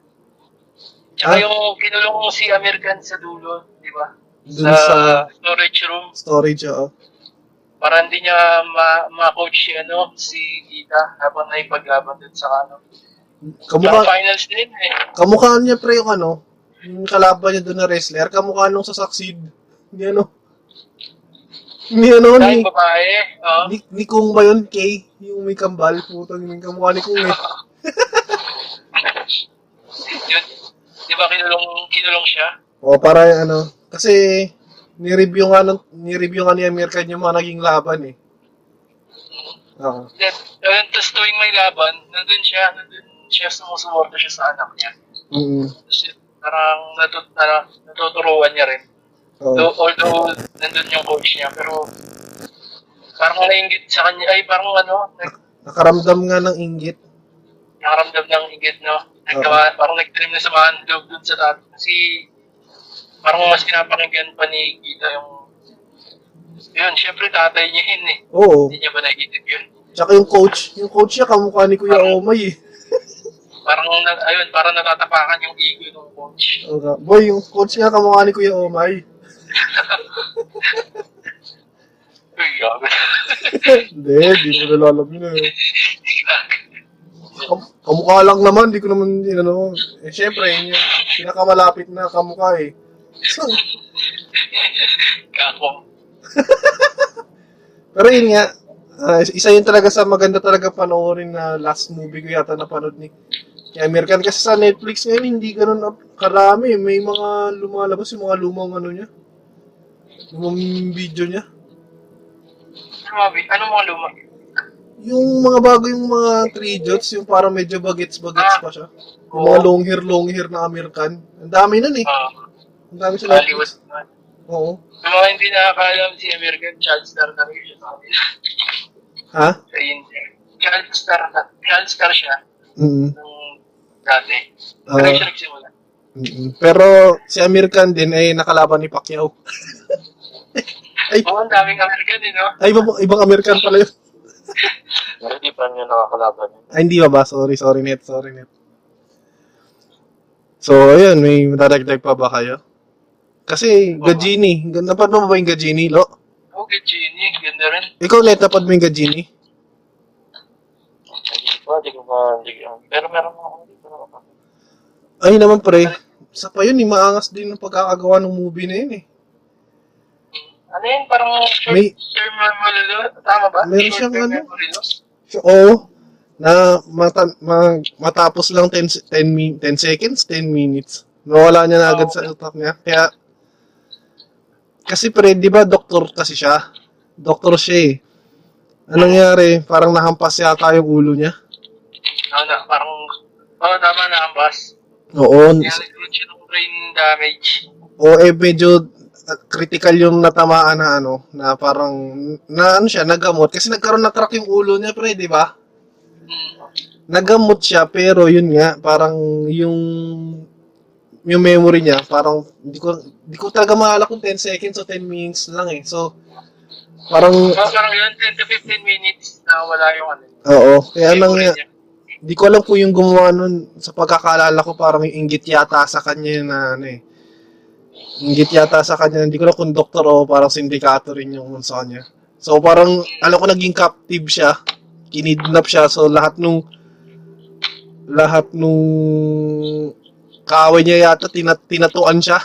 Tsaka Ah. yung kinulong mo si American sa dulo, di ba? Dun sa storage room, storage, oo. para hindi niya ma- ma-coach si, ano, si Gita habang naipaglaban dun sa ano. Sa Kamukha, finals din eh. kamukha niya pre yung ano, yung kalaban niya doon na wrestler, kamukha nung sa Succeed. Ni ano? Ni ano? Dahil Ni, babae, oh. ni, ni Kung ba yun, Kay? Yung may kambal, putang yung kamukha ni Kung eh. yun. Di ba kinulong, kinulong siya? O para yung ano, kasi ni-review nga nung ni-review nga ni Amir Khan yung mga naging laban eh. Oo. Then, ayun, tapos tuwing may laban, nandun siya, nandun siya, sumusuporta siya sa anak niya. Mm. Tapos yun, parang natut, ano, natuturuan niya rin. Oo. Though, although, nandun yung coach niya, pero parang nainggit sa kanya, ay parang ano, nag- Nakaramdam nga ng inggit. nakaramdam ng inggit, no? Nagkawa, parang nagtanim na sa mga handog dun sa tatay. Kasi, parang mas pinapakinggan pa ni Gita yung, yun, syempre tatay niya yun eh. Oo. Hindi niya ba nainggit yun? Tsaka yung coach, yung coach niya kamukha ni Kuya Omay eh. Parang, na, ayun, parang natatapakan yung ego ng coach. Oo nga. Boy, yung coach niya kamukha ni Kuya Omay. Uy, gago. Hindi, di mo nalalam yun eh. Kam- kamukha lang naman, di ko naman yun ano. Eh syempre, yun yung pinakamalapit na kamukha eh. So, Kako. Pero yun nga, ah, isa yun talaga sa maganda talaga panoorin na last movie ko yata napanood ni ni Amir Khan. Kasi sa Netflix ngayon, hindi ganun up- karami. May mga lumalabas, yung mga lumang ano niya. Lumang video niya. Ano mga, bi- ano mga luma? Yung mga bago yung mga 3 Jots, yung parang medyo bagets-bagets pa siya. Yung mga Oo. long hair, long hair na Amir Khan. Ang dami nun eh. Ah, Ang dami sa Hollywood Netflix. naman. Oo. Yung mga hindi nakakaalam si American Child Star na rin siya sa kanila. Ha? Sa India. Child Star, na- Child Star siya. Mm. Nung dati. Ah, Pero siya nagsimula. mm, pero si Amir Khan din ay nakalaban ni Pacquiao. Oo, ang daming American eh, no? Ay, ibang, ibang Amir Khan pala yun. Pero hindi pa niya nakakalaban yun. Ay, hindi ba ba? Sorry, sorry net, sorry net. So, ayun, may madadagdag pa ba kayo? Kasi, Gajini. Napad mo ba yung Gajini, Lo? Oo, kay Genie, ganda rin. Ikaw, net, napad mo yung Gajini? Hindi pa, hindi ko pa, hindi ko. Pero meron ako dito na ako. Ay naman pre, isa pa yun, eh, maangas din ang pagkakagawa ng movie na yun eh. Ano yun, parang short May- term memory loss? Tama ba? Meron short siyang term ano? memory loss? So, oo, na mata, ma, matapos lang 10, se- 10, min, 10 seconds, 10 minutes. Nawala niya na agad Oo. sa utak niya. Kaya, kasi pre, di ba doktor kasi siya? Doktor siya eh. Anong nangyari? Parang nahampas yata yung ulo niya. Oo, na, parang... Oo, tama na, ambas. Oo, Kaya nagkaroon siya ng brain damage. o eh medyo uh, critical yung natamaan na ano, na parang, na ano siya, nagamot. Kasi nagkaroon na crack yung ulo niya pre, di ba? Hmm. nagamot siya pero yun nga parang yung yung memory niya parang hindi ko hindi ko talaga maalala kung 10 seconds o 10 minutes lang eh. So parang So, parang yun, 10 to 15 minutes na wala yung ano. oo, kaya nang memory niya. hindi ko alam po yung gumawa nun sa pagkakaalala ko parang yung inggit yata sa kanya na ano eh. Inggit yata sa kanya, hindi ko alam kung doktor o parang sindikato rin yung sa kanya. So parang alam ko naging captive siya, kinidnap siya so lahat nung lahat nung kaaway niya yata tina, tinatuan siya.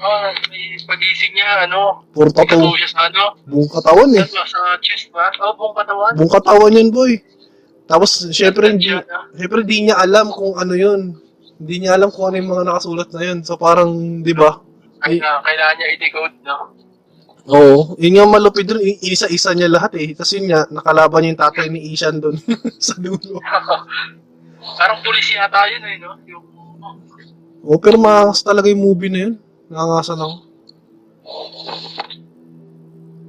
Oo, may pagising niya, ano, Puro ikaw tattoo. siya sa ano, Buong katawan eh. Saan ba? Sa chest ba? Oo, buong katawan. Buong katawan yun boy. Tapos syempre hindi, Siya, ah. syempre hindi niya alam kung ano yun. Hindi niya alam kung ano yung mga nakasulat na yun. So parang, di ba? Ay, na, kailangan niya i-decode, no? Oo. Yun nga malupit dun. i- Isa-isa niya lahat eh. Tapos yun nga, nakalaban niya yung tatay ni Ishan dun sa dulo. Parang pulis yata yun eh, no? Yung, Oo, Oh, pero maangas talaga yung movie na yun. Nakangasan ako.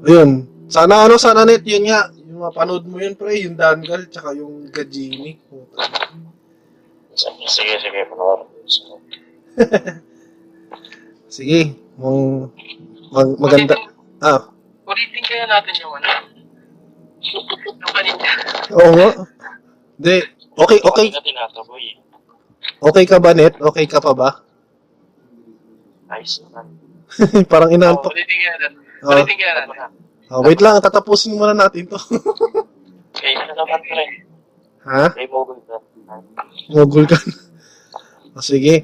Ayun. Sana ano, sana net, yun nga. Yung mapanood mo yun, pre, yung Dangal, tsaka yung Gajini. Sige, sige, sige. Panawar. Sige, mong mag- maganda. Ulitin, Ah, ulitin kaya natin yung ano. yung kanina. oo nga. Hindi, okay, okay. Hindi na tinataboy eh. Okay ka ba, Net? Okay ka pa ba? Ayos naman. Parang Oo, inaantok. ulitin kaya natin. Ah. Ulitin kaya natin. Ah, wait lang, tatapusin muna natin to. Kaya na naman pre. ha? Kaya mo ko ito. Mogul ka. Ah, sige.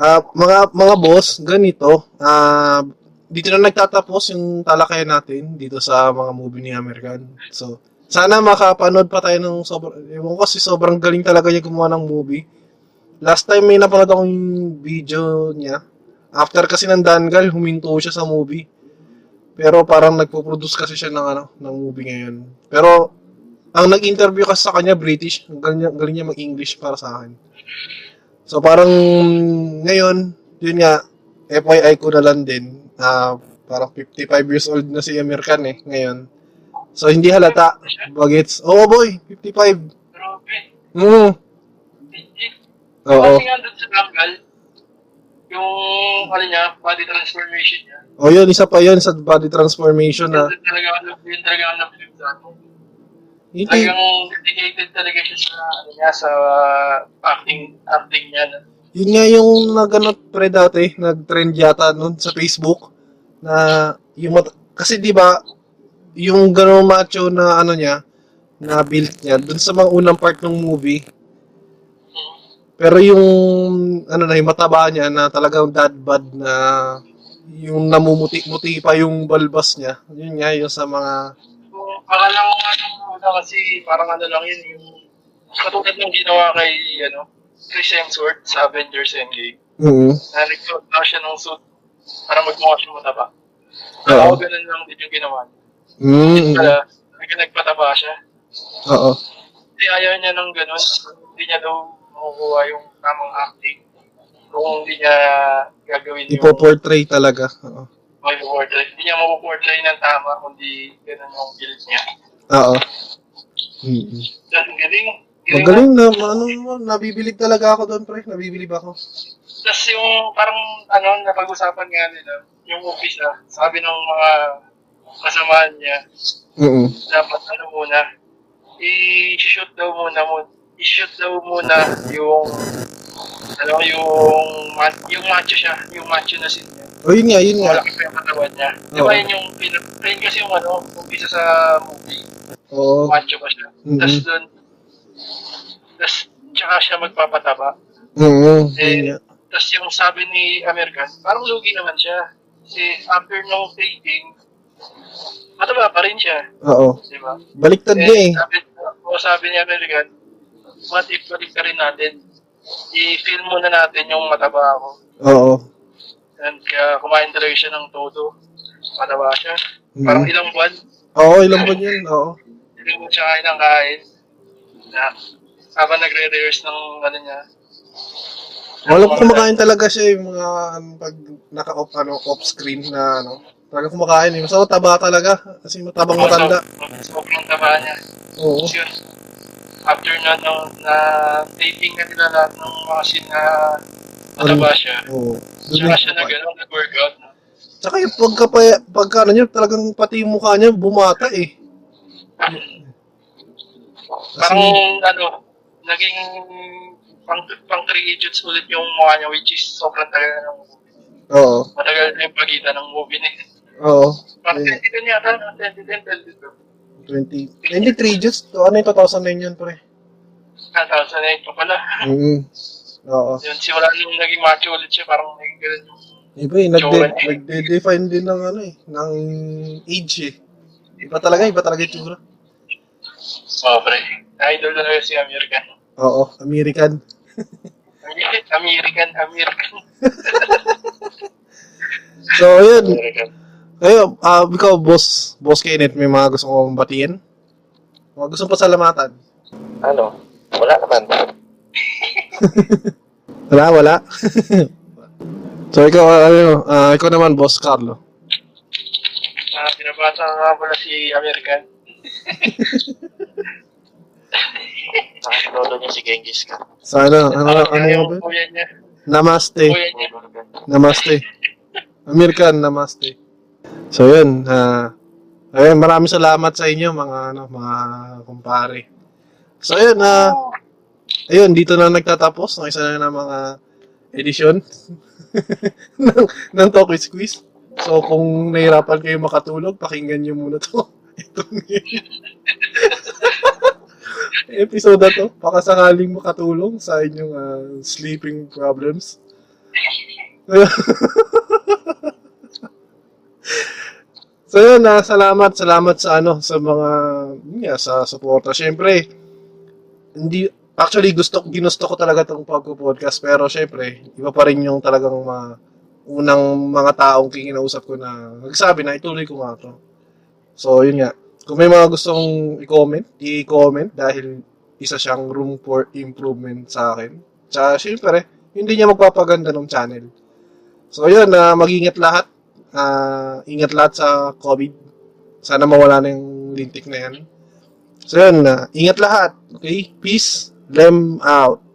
Ah, mga mga boss, ganito. Ah, dito na nagtatapos yung talakayan natin dito sa mga movie ni American. So, sana makapanood pa tayo ng sobrang ewan ko kasi sobrang galing talaga niya gumawa ng movie. Last time may napanood akong video niya. After kasi ng Dangal, huminto siya sa movie. Pero parang nagpo-produce kasi siya ng ano, ng movie ngayon. Pero ang nag-interview kasi sa kanya British, ang galing niya, galing niya mag-English para sa akin. So parang ngayon, yun nga, FYI ko na lang din, ah parang 55 years old na si Amir Khan eh, ngayon. So hindi halata, bagets. Oo boy, 55. Grabe. Mm, Legit. eh, oo. Kasi nga doon sa Bangal, yung, ano niya, body transformation niya. O Oh, yun, isa pa yun sa body transformation na, Yun talaga, ano- yun talaga ang napilip sa akin. hindi, Talagang dedicated talaga siya sa, ano niya, sa acting, acting niya. no? Yun nga yung naganap pre dati, nag-trend yata nun sa Facebook na yung mat- kasi 'di ba yung ganong macho na ano niya na built niya dun sa mga unang part ng movie. Pero yung ano na yung mataba niya na talagang dad bod na yung namumuti-muti pa yung balbas niya. Yun nga yung sa mga Kung akala ko nga nung una kasi parang ano lang yun, yung katulad ng ginawa kay, ano, Chris Hemsworth sa Avengers Endgame. mm Na nag-suit na siya ng suit para magmukha siya mataba. Ako Oo. ganun lang din yung ginawa niya. Mm. Yun pala, nag- nagpataba siya. Oo. Kasi ayaw niya ng ganun. Hindi niya daw makukuha yung tamang acting. Kung hindi niya gagawin Ipo-portray talaga. Oo. may portray. Hindi niya makuportray ng tama, kundi ganun yung build niya. Oo. Mm. Ang galing. Yun yung- Magaling na, ano, nabibilib talaga ako doon, pre. Nabibilib ako. Tapos yung parang ano, napag-usapan nga nila, yung umpisa, sabi ng mga kasamahan niya, Mm-mm. dapat ano muna, i-shoot daw muna mo, i-shoot daw muna yung, ano, yung, ma- yung macho siya, yung macho na sin niya. O Oh, yun nga, yun nga. Malaki pa yung katawan niya. Di ba Oo. yun yung, pin- yun kasi yung ano, umpisa sa movie, Oo. macho pa siya. Mhm. Tapos doon, tapos tsaka siya magpapataba. Mm-mm. Yun Eh, nga. tapos yung sabi ni American, parang lugi naman siya. Kasi after nung fading, mataba pa rin siya, Oo. di ba? Baliktad niya eh. sabi, o sabi ni American, what if balik ka rin natin? I-film muna natin yung mataba ako. Oo. And kaya kumain talaga siya ng todo. Mataba siya. Mhm. Parang ilang buwan, Oo, ilang buwan yun. Oo. ilang buwan siya kain ng kain. Na, habang nagre-rehearse ng ano niya. Walang kumakain talaga siya yung mga ano, pag naka-off ano, off screen na ano. Talaga kumakain eh. Masarap taba talaga kasi matabang matanda. Sobrang taba niya. Oo. Tapos yun, after na, na, na taping na nila lahat ng mga scene na mataba siya, Oo. Doon tsaka siya na yung- gano'n, nag-workout. no? Tsaka yung pagka, pagka ano niya, talagang pati yung mukha niya bumata eh. Parang, Kasi, ano, naging pang, pang three idiots ulit yung mukha niya, which is sobrang tagal na ng oo. matagal na yung pagitan ng movie niya. Oo. Parang Yeah. 2010 yata, no? 2010, 2010, 20. Hindi, 3 Jets. To, ano yung 2009 yun, pre? 2008 pa pala. Mm-hmm. Oo. Yun, simula nung naging macho ulit siya, parang naging ganun yung Iba eh, nagde- Tsura. nagde-define din ng ano eh, ng age eh. Iba talaga, iba talaga yung tsura. sobre. Idol talaga si American. Oo, American. American, American. So, ayun. American. Ayun, ah ikaw, boss, boss Kenneth, may mga gusto kong batiin? Mga gusto pasalamatan? Ano? Wala naman. Wala, wala. so, ikaw, ano, ah, ikaw naman, boss Carlo. Ah, pinabasa ko nga pala si kan. American. Ang lolo niya si Genghis Khan. Sa ano, ano, Ah, ano, ano yung ba? kuya niya? Namaste. Kuya niya. Namaste. American, namaste. So yun, ah ayun, maraming salamat sa inyo mga ano, mga kumpare. So yun, ah ayun, dito na nagtatapos ng isa na ng mga edisyon ng, ng Talk with Squeeze. So kung nahirapan kayo makatulog, pakinggan nyo muna to. Itong episode na to. Baka sakaling makatulong sa inyong ah, sleeping problems. so yun, ah, salamat, salamat sa ano, sa mga, yun nga, sa suporta. Siyempre, hindi, actually, gusto, ginusto ko talaga itong pagpo-podcast, pero siyempre, iba pa rin yung talagang mga, unang mga taong kinausap ko na, nagsabi na, ituloy ko nga to. So, yun nga. Kung may mga gustong i-comment, i-comment dahil isa siyang room for improvement sa akin. Tsaka, siyempre, hindi niya magpapaganda ng channel. So yun, na mag-ingat lahat. Ah, ingat lahat sa COVID. Sana mawala na yung lintik na yan. So yun, na ingat lahat. Okay? Peace. Lem out.